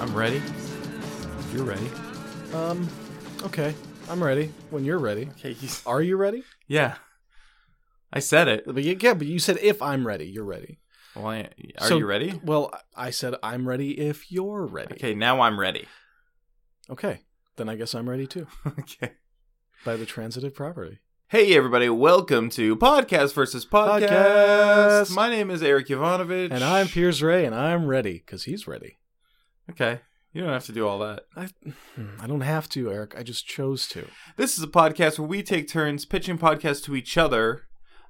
I'm ready. You're ready. Okay, I'm ready. When you're ready, Okay. He's, are you ready? yeah. I said it. But yeah, yeah, but you said if I'm ready, you're ready. Well, I- are So- you ready? Well, I- I said I'm ready if you're ready. Okay, now I'm ready. Okay, then I guess I'm ready too. okay. By the transitive property. Hey, everybody. Welcome to Podcast versus Podcast. Podcast. My name is Eric Ivanovich. And I'm Piers Ray, and I'm ready because he's ready. Okay. You don't have to do all that. I, Hmm, I don't have to, Eric. I just chose to. This is a podcast where we take turns pitching podcasts to each other.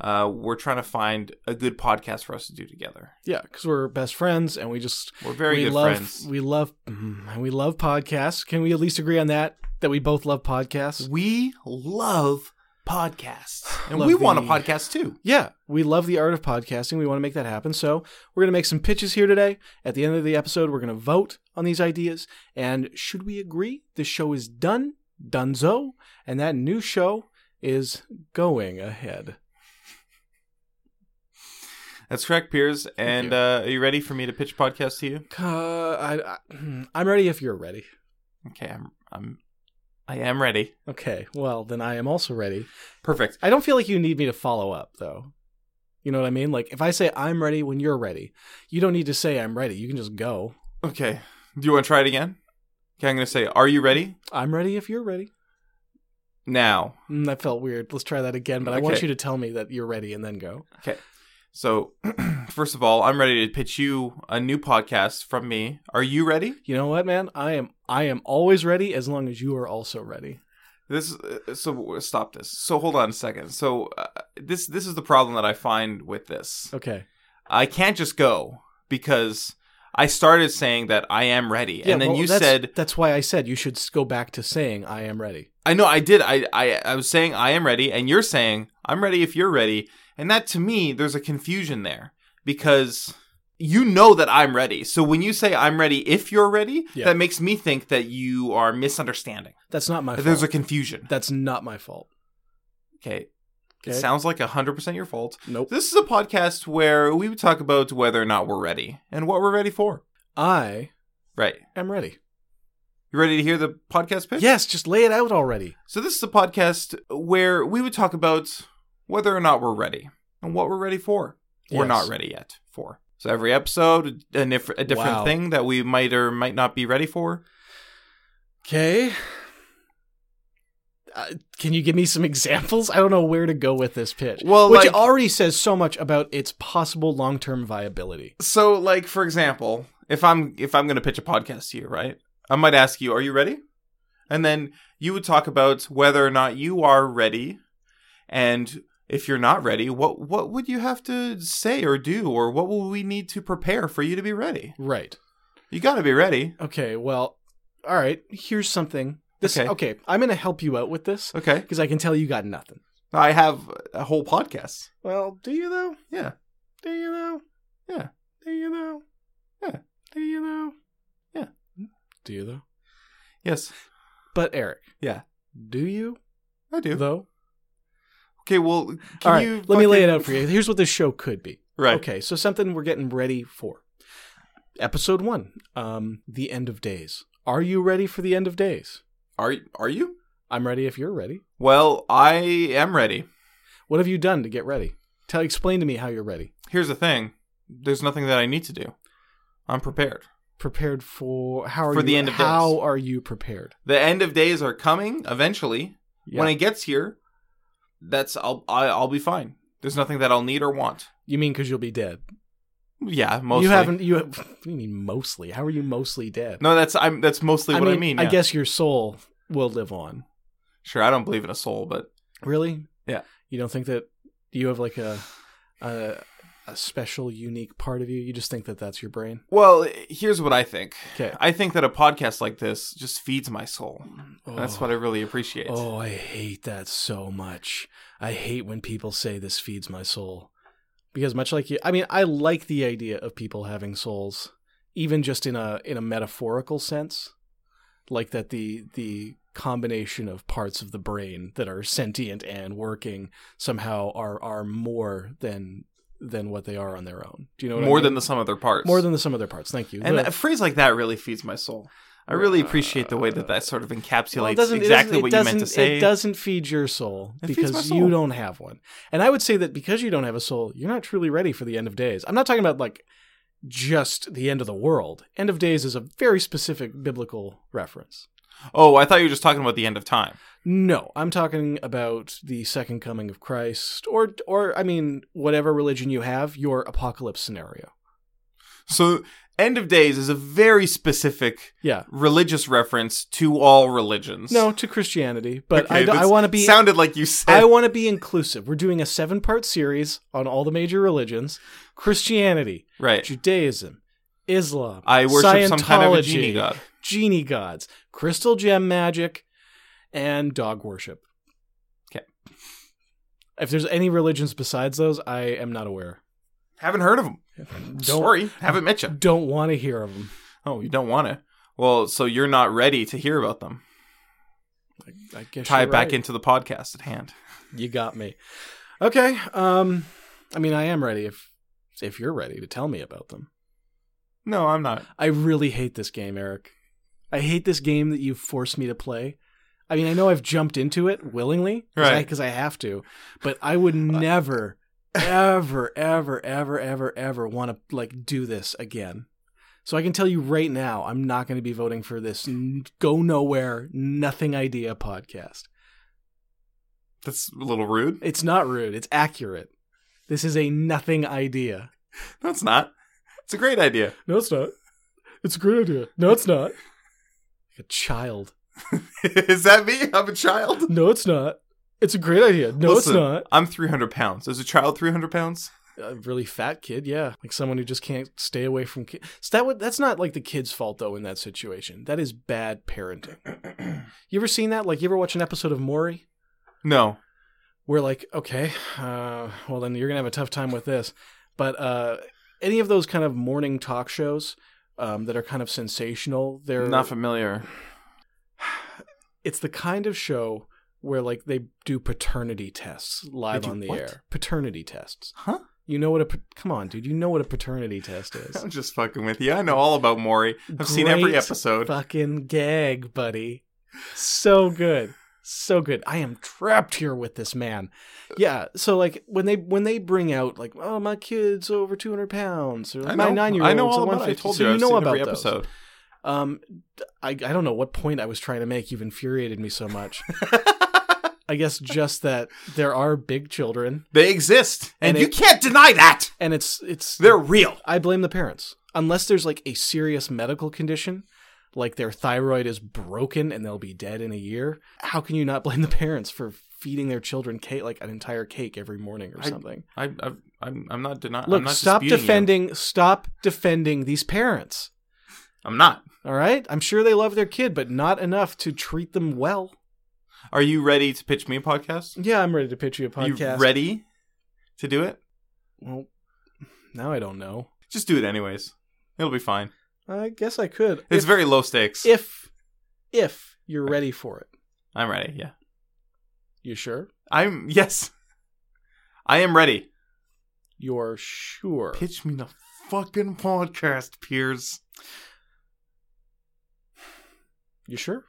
Uh, we're trying to find a good podcast for us to do together. Yeah, because we're best friends, and we just We're very we good love friends. we love mm, and we love podcasts. Can we at least agree on that? That we both love podcasts. We love podcasts, and Love we want a the- podcast too. Yeah, we love the art of podcasting. We want to make that happen. So we're going to make some pitches here today. At the end of the episode, we're going to vote on these ideas. And should we agree, the show is done, donezo, and that new show is going ahead. That's correct, Piers. And you. uh, are you ready for me to pitch podcast to you? Uh, I, I, I'm ready if you're ready. Okay, I'm, I'm, I am ready. Okay, well, then I am also ready. Perfect. I don't feel like you need me to follow up, though. You know what I mean? Like, if I say I'm ready when you're ready, you don't need to say I'm ready. You can just go. Okay. Do you want to try it again? Okay, I'm going to say, "Are you ready?" I'm ready if you're ready. Now. Mm, that felt weird. Let's try that again, but I want Okay. you to tell me that you're ready and then go. So, first of all, I'm ready to pitch you a new podcast from me. Are you ready? You know what, man? I am I am always ready as long as you are also ready. This uh, so stop this. So hold on a second. So uh, this this is the problem that I find with this. Okay. I can't just go because I started saying that I am ready, and then well, you that's- said that's why I said you should s- go back to saying I am ready. I know I did. I, I I was saying I am ready, and you're saying I'm ready if you're ready, and that to me there's a confusion there because you know that I'm ready. So when you say I'm ready if you're ready, Yeah. that makes me think that you are misunderstanding. That's not my That fault. there's a confusion. that's not my fault. Okay. It Okay. sounds like 100% your fault. nope. This is a podcast where we would talk about whether or not we're ready and what we're ready for. I Right. am ready. You ready to hear the podcast pitch? Yes, just lay it out already. So, this is a podcast where we would talk about whether or not we're ready and what we're ready for. We're Yes. not ready yet for. So, every episode, a, nif- a different Wow. thing that we might or might not be ready for. Okay. Uh, can you give me some examples? I don't know where to go with this pitch. Well, which like- already says so much about its possible long-term viability. So, like for example, if I'm if I'm going to pitch a podcast to you, right? I might ask you, "Are you ready?" And then you would talk about whether or not you are ready, and if you're not ready, what what would you have to say or do, or what will we need to prepare for you to be ready? Right. You got to be ready. Okay, well, all right. Here's something. This Okay. okay. I'm gonna help you out with this Okay, because I can tell you got nothing. I have a whole podcast. Well, do you though? Yeah. Do you though? Yeah. Do you though? Yeah. Do you though? Hmm? Yeah. Do you though? Yes, But Eric. Yeah. Do you I do. though? Okay, well, can all right. you Let me lay it fucking- out for you. Here's what this show could be. Right. Okay. So something we're getting ready for. Episode one. Um, the end of days. Are you ready for the end of days? Are are you? I'm ready if you're ready. Well, I am ready. What have you done to get ready? Tell explain to me how you're ready. here's the thing there's nothing that i need to do i'm prepared Prepared for how are For you, the end of how days. are you prepared? the end of days are coming eventually Yeah. when it gets here that's i'll I, i'll be fine there's nothing that i'll need or want you mean because you'll be dead? yeah mostly You haven't. You. Have, what do you mean mostly? How are you mostly dead? no that's i'm that's mostly what i mean I yeah. guess your soul will live on. sure i don't believe in a soul but Really? Yeah. You don't think that you have like a a, a special, unique part of you? You just think that that's your brain? well here's what i think Okay. i think that a podcast like this just feeds my soul And that's what i really appreciate Oh, I hate that so much. I hate when people say this feeds my soul. Because much like you, I mean, I like the idea of people having souls, even just in a in a metaphorical sense, like that the the combination of parts of the brain that are sentient and working somehow are are more than than what they are on their own. Do you know what I more mean? than the sum of their parts. more than the sum of their parts? Thank you. and Look, a phrase like that really feeds my soul. I really appreciate the way that that sort of encapsulates well, it doesn't- it exactly doesn't- what it you meant to doesn't- say. It doesn't feed your soul It feeds my because soul. you don't have one. And I would say that because you don't have a soul, you're not truly ready for the end of days. I'm not talking about like just the end of the world. End of days is a very specific biblical reference. Oh, I thought you were just talking about the end of time. No, I'm talking about the second coming of Christ, or or I mean, whatever religion you have, your apocalypse scenario. So, end of days is a very specific Yeah. religious reference to all religions. No, to Christianity, but Okay, I, don't- I that's- want to be sounded like you said. I want to be inclusive. We're doing a seven-part series on all the major religions: Christianity, right. Judaism, Islam. Eh. I worship some kind of a Scientology, genie god. genie gods, crystal gem magic, and dog worship. 'Kay. If there's any religions besides those, I am not aware. Haven't heard of him. Don't Sorry, haven't met you. don't want to hear of them. Oh, you don't want to. Well, so you're not ready to hear about them. I, I guess Tie you're it back right. into the podcast at hand. You got me. Okay. Um, I mean, I am ready if if you're ready to tell me about them. No, I'm not. I really hate this game, Eric. I hate this game that you forced me to play. I mean, I know I've jumped into it willingly Right. because I, have to, but I would never, ever, ever, ever, ever, ever want to like do this again. So I can tell you right now, I'm not going to be voting for this n- go nowhere, nothing idea podcast. That's a little rude. It's not rude. It's accurate. This is a nothing idea. No, it's not. It's a great idea. No, it's not. It's a great idea. No, it's not. Like a child. Is that me? I'm a child. No, it's not. It's a great idea. No, Listen, it's not. I'm 300 pounds. Is a child 300 pounds? A really fat kid, yeah, like someone who just can't stay away from kids. So that would, that's not like the kid's fault though. In that situation, that is bad parenting. You ever seen that? Like, you ever watch an episode of Maury? No. we're like, okay, uh, well then you're gonna have a tough time with this. But uh, any of those kind of morning talk shows um, that are kind of sensational, they're Not familiar. it's the kind of show where like they do paternity tests live They do on the what? air. Paternity tests. Huh? You know what a pa- come on, dude. You know what a paternity test is. I'm just fucking with you. I know all about Maury. I've seen every Great episode. Fucking gag, buddy. So good. So good. I am trapped here with this man. Yeah. So like when they when they bring out like oh my kid's over two hundred pounds or I my know- nine year old I know all one about it. I fifty. told So you. you I've know seen about every those. episode. Um, I I don't know what point I was trying to make. You've infuriated me so much. I guess just that there are big children, They exist, and, And you it- can't deny that. and it's it's They're real. I blame the parents. Unless there's like a serious medical condition, like their thyroid is broken and they'll be dead in a year, how can you not blame the parents for feeding their children cake like an entire cake every morning or I- something? I, I, I'm, I'm not denying. I'm Look, not stop disputing you. defending stop defending these parents. I'm not. All right? I'm sure they love their kid, but not enough to treat them well. Are you ready to pitch me a podcast? Yeah, I'm ready to pitch you a Are you podcast. ready to do it? well, now I don't know. Just do it anyways. It'll be fine. I guess I could. It's if, very low stakes. if if you're ready for it. I'm ready. Yeah. You sure? I'm. Yes. I am ready. You're sure. Pitch me the fucking podcast, Piers. You sure?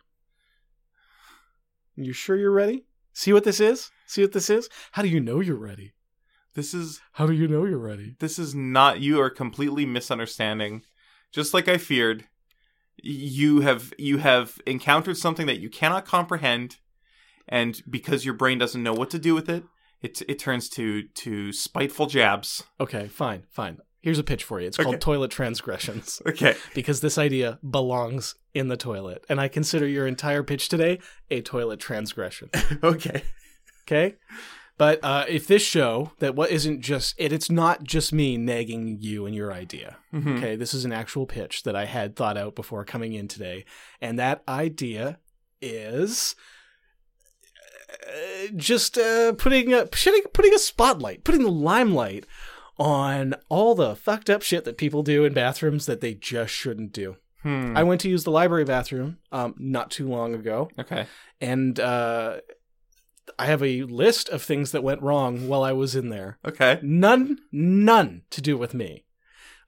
You sure you're ready? See what this is? See what this is? How do you know you're ready? This is How do you know you're ready? this is not. You are completely misunderstanding. Just like I feared, you have you have encountered something that you cannot comprehend, and because your brain doesn't know what to do with it, it it turns to to spiteful jabs. Okay, fine, fine. Here's a pitch for you. It's called Okay. Toilet Transgressions Okay. because this idea belongs in the toilet. And I consider your entire pitch today a toilet transgression. Okay. Okay? But uh, if this show that what isn't just it, it's not just me nagging you and your idea. Mhm. Okay, this is an actual pitch that I had thought out before coming in today, and that idea is uh, just uh, putting a putting, putting a spotlight, putting the limelight on all the fucked up shit that people do in bathrooms that they just shouldn't do. Hmm. I went to use the library bathroom um, not too long ago, okay. and uh, I have a list of things that went wrong while I was in there. Okay. None, none to do with me.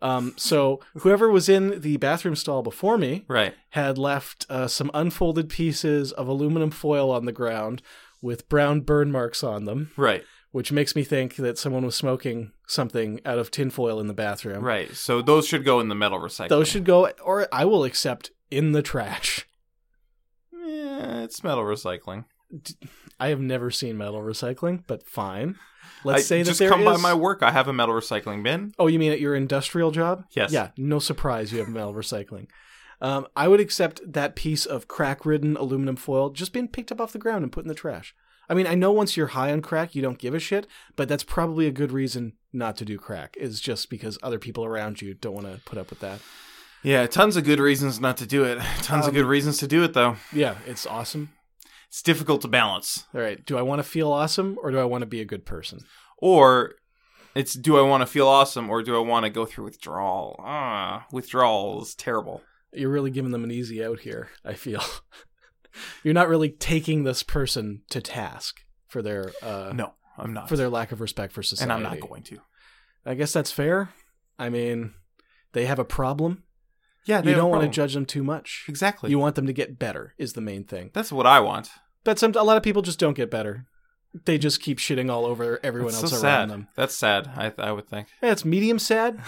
Um, so whoever was in the bathroom stall before me Right. had left uh, some unfolded pieces of aluminum foil on the ground with brown burn marks on them, Right. which makes me think that someone was smoking something out of tinfoil in the bathroom. Right. So those should go in the metal recycling. Those should go, or I will accept in the trash. Yeah, it's metal recycling. I have never seen metal recycling, but fine. Let's I- say that just there come by is- my work. I have a metal recycling bin. Oh, you mean at your industrial job? Yes. Yeah, no surprise you have metal recycling. Um, I would accept that piece of crack ridden aluminum foil just being picked up off the ground and put in the trash. I mean, I know once you're high on crack, you don't give a shit, but that's probably a good reason not to do crack, is just because other people around you don't want to put up with that. Yeah, tons of good reasons not to do it. Tons of Um, good reasons to do it though. Yeah, it's awesome. It's difficult to balance. All right, do I want to feel awesome or do I want to be a good person? Or it's do I want to feel awesome or do I want to go through withdrawal? Ah, withdrawal is terrible. You're really giving them an easy out here, I feel. you're not really taking this person to task for their uh, No, I'm not. for their lack of respect for and society. I'm not going to. I guess that's fair. I mean, they have a problem. Yeah, they You have a don't want to problem. judge them too much. Exactly. You want them to get better is the main thing. That's what I want. But some a lot of people just don't get better. They just keep shitting all over everyone That's else so around sad. them. That's sad. I I would think. Yeah, it's medium sad.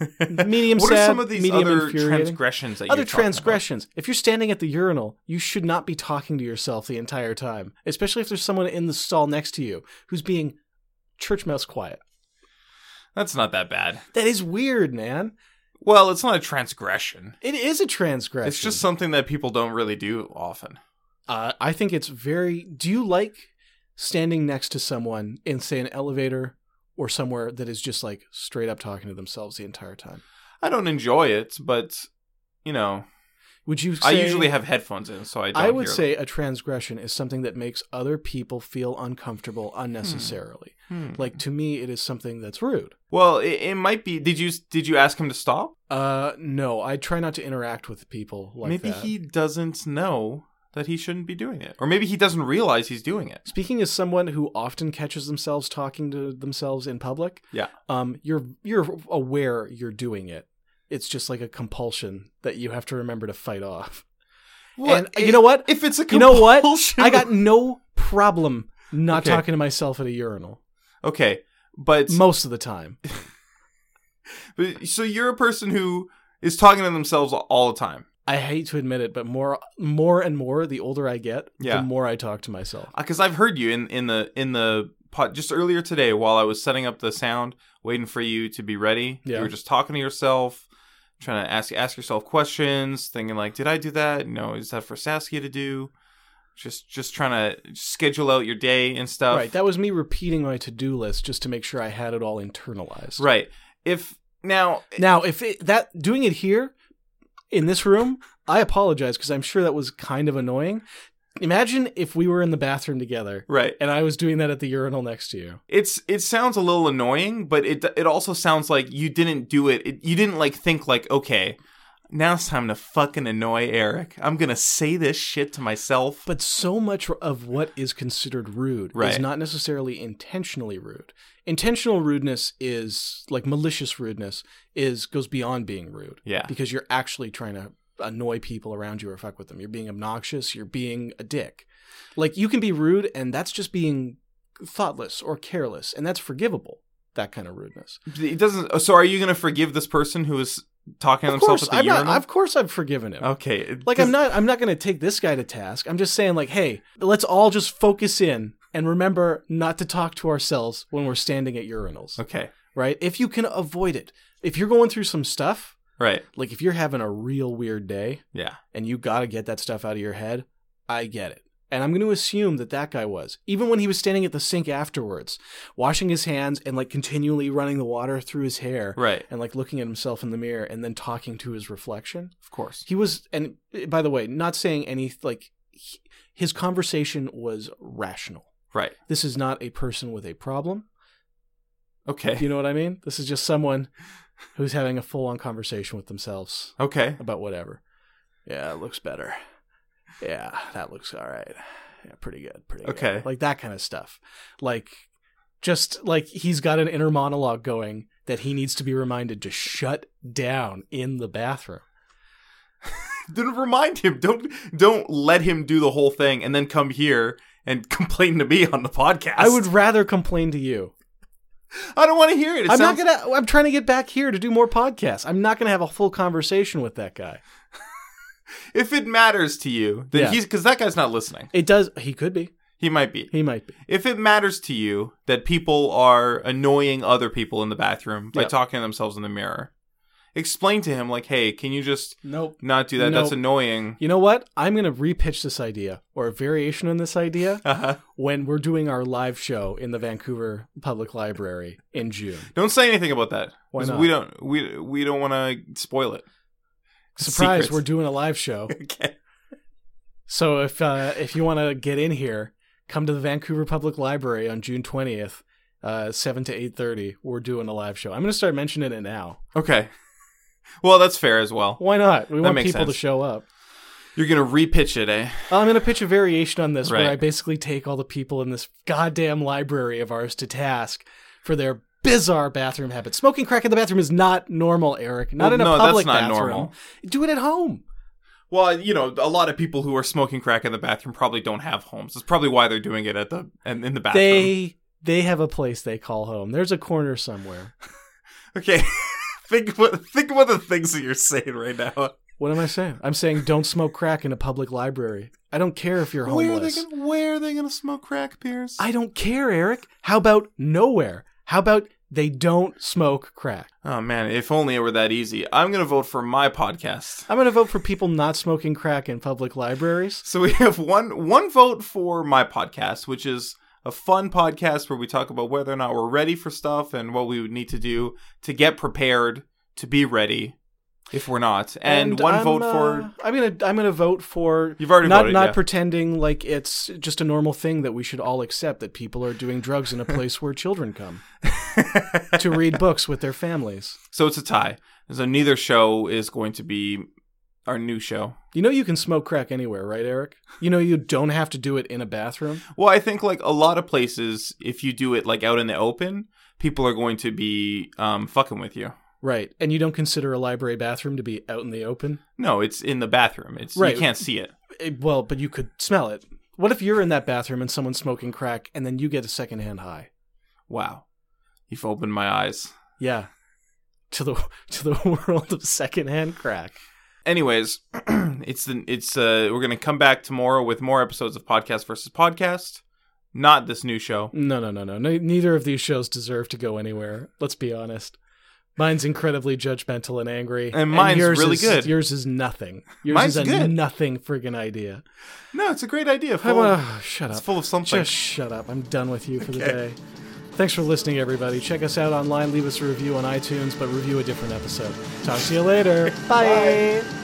Medium what sad. are some of these medium other infuriating. transgressions that other you're talking about? transgressions. If you're standing at the urinal, you should not be talking to yourself the entire time, especially if there's someone in the stall next to you who's being church mouse quiet. That's not that bad. That is weird, man. Well, it's not a transgression. It is a transgression. It's just something that people don't really do often. Uh, I think it's very. Do you like standing next to someone in, say, an elevator or somewhere that is just like straight up talking to themselves the entire time? I don't enjoy it, but you know, Would you? Say, I usually have headphones in, so I don't. I would hear- say a transgression is something that makes other people feel uncomfortable unnecessarily. Hmm. Like to me, it is something that's rude. well, it, it might be. Did you did you ask him to stop? Uh, no, I try not to interact with people like maybe that. he doesn't know that he shouldn't be doing it, or maybe he doesn't realize he's doing it. Speaking as someone who often catches themselves talking to themselves in public, Yeah. um, you're you're aware you're doing it. It's just like a compulsion that you have to remember to fight off. and Well, you know what? If it's a You know what? compulsion- I got no problem not Okay. talking to myself at a urinal okay, but most of the time. But- So you're a person who is talking to themselves all the time. I hate to admit it, but more more and more the older I get, Yeah. the more I talk to myself. Because Uh, I've heard you in, in the in the pot just earlier today while I was setting up the sound, waiting for you to be ready. Yeah. You were just talking to yourself, trying to ask ask yourself questions, thinking like, "Did I do that? No, is that for Saskia to do?" Just just trying to schedule out your day and stuff. Right, that was me repeating my to-do list just to make sure I had it all internalized. right. If now, Now, if it, that doing it here in this room, I apologize because I'm sure that was kind of annoying. Imagine if we were in the bathroom together right. and I was doing that at the urinal next to you. It's it sounds a little annoying, but it it also sounds like you didn't do it. it you didn't like think like, okay, now it's time to fucking annoy Eric. I'm gonna say this shit to myself. But so much of what is considered rude is Right. not necessarily intentionally rude. Intentional rudeness is like malicious rudeness is goes beyond being rude Yeah, because you're actually trying to annoy people around you or fuck with them. You're being obnoxious, you're being a dick. Like you can be rude and that's just being thoughtless or careless and that's forgivable. That kind of rudeness. it doesn't. oh, So are you gonna forgive this person who is talking to of themselves course, at the I'm not, urinal? of course I've forgiven him. okay, it- Like I'm not I'm not going to take this guy to task. I'm just saying like, hey, let's all just focus in and remember not to talk to ourselves when we're standing at urinals, Okay, right? If you can avoid it. If you're going through some stuff, right? like if you're having a real weird day, Yeah, and you got to get that stuff out of your head. I get it. And I'm going to assume that that guy was. Even when he was standing at the sink afterwards, washing his hands and like continually running the water through his hair right. and like looking at himself in the mirror and then talking to his reflection. Of course. He was, and eh, by the way, not saying any, like, he- his conversation was rational. Right. This is not a person with a problem. Okay. You know what I mean? This is just someone who's having a full on conversation with themselves Okay. about whatever. Yeah, it looks better. Yeah, that looks all right. yeah, pretty good, pretty Okay. good. Like that kind of stuff. Like just like he's got an inner monologue going that he needs to be reminded to shut down in the bathroom. Don't remind him. Don't don't let him do the whole thing and then come here and complain to me on the podcast. I would rather complain to you. I don't want to hear it. it I'm sounds, not gonna I'm trying to get back here to do more podcasts. I'm not gonna have a full conversation with that guy. If it matters to you, then Yeah. he's because that guy's not listening. It does he could be. He might be. He might be. If it matters to you that people are annoying other people in the bathroom by Yeah. talking to themselves in the mirror, explain to him like, "Hey, can you just Nope. not do that? That's Nope. annoying." You know what? I'm gonna repitch this idea or a variation on this idea Uh-huh. when we're doing our live show in the Vancouver Public Library in June. Don't say anything about that. Why 'Cause not? We don't. We we don't want to spoil it. Surprise, Secrets. we're doing a live show. okay. So if uh, if you want to get in here, come to the Vancouver Public Library on June twentieth, uh, seven to eight thirty. We're doing a live show. I'm going to start mentioning it now. Okay. Well, that's fair as well. Why not? We That want makes people to sense. show up. You're gonna repitch it, eh? I'm going to pitch a variation on this Right. where I basically take all the people in this goddamn library of ours to task for their bizarre bathroom habits. Smoking crack in the bathroom is not normal, Eric. Not Well, in a no, that's public not bathroom. normal. Do it at home. Well, you know, a lot of people who are smoking crack in the bathroom probably don't have homes. That's probably why they're doing it at the and in the bathroom. They they have a place they call home. There's a corner somewhere. Okay. think what think about the things that you're saying right now. What am I saying? I'm saying don't smoke crack in a public library. I don't care if you're Where are they homeless. gonna where are they gonna smoke crack, Pierce? I don't care, Eric. How about nowhere? How about they don't smoke crack? oh man, if only it were that easy. I'm gonna vote for my podcast. I'm going to vote for people not smoking crack in public libraries. So we have one one vote for my podcast, which is a fun podcast where we talk about whether or not we're ready for stuff and what we would need to do to get prepared to be ready if we're not. And, one I'm, vote uh, for I'm going to I'm going to vote for You've already not voted, not yeah. pretending like it's just a normal thing that we should all accept that people are doing drugs in a place where children come to read books with their families. So it's a tie. So neither show is going to be our new show. You know you can smoke crack anywhere, right, Eric? You know you don't have to do it in a bathroom. Well, I think like a lot of places, if you do it like out in the open, people are going to be um, fucking with you. Right. And you don't consider a library bathroom to be out in the open? No, it's in the bathroom. It's Right. you can't see it. Eh, well, but you could smell it. What if you're in that bathroom and someone's smoking crack and then you get a secondhand high? Wow, you've opened my eyes. Yeah. To the to the world of secondhand crack. Anyways, it's the it's uh we're gonna come back tomorrow with more episodes of podcast versus podcast. Not this new show. No, no, no, no. Ne- neither of these shows deserve to go anywhere. Let's be honest. Mine's incredibly judgmental and angry, And mine's yours really is- good. Yours is nothing. Yours Mine's is a good. nothing friggin' idea. No, it's a great idea. How Full of, about, shut it's up. full of something. Just shut up. I'm done with you for the Okay. day. Thanks for listening, everybody. Check us out online. Leave us a review on iTunes, but review a different episode. Talk to you later. Bye.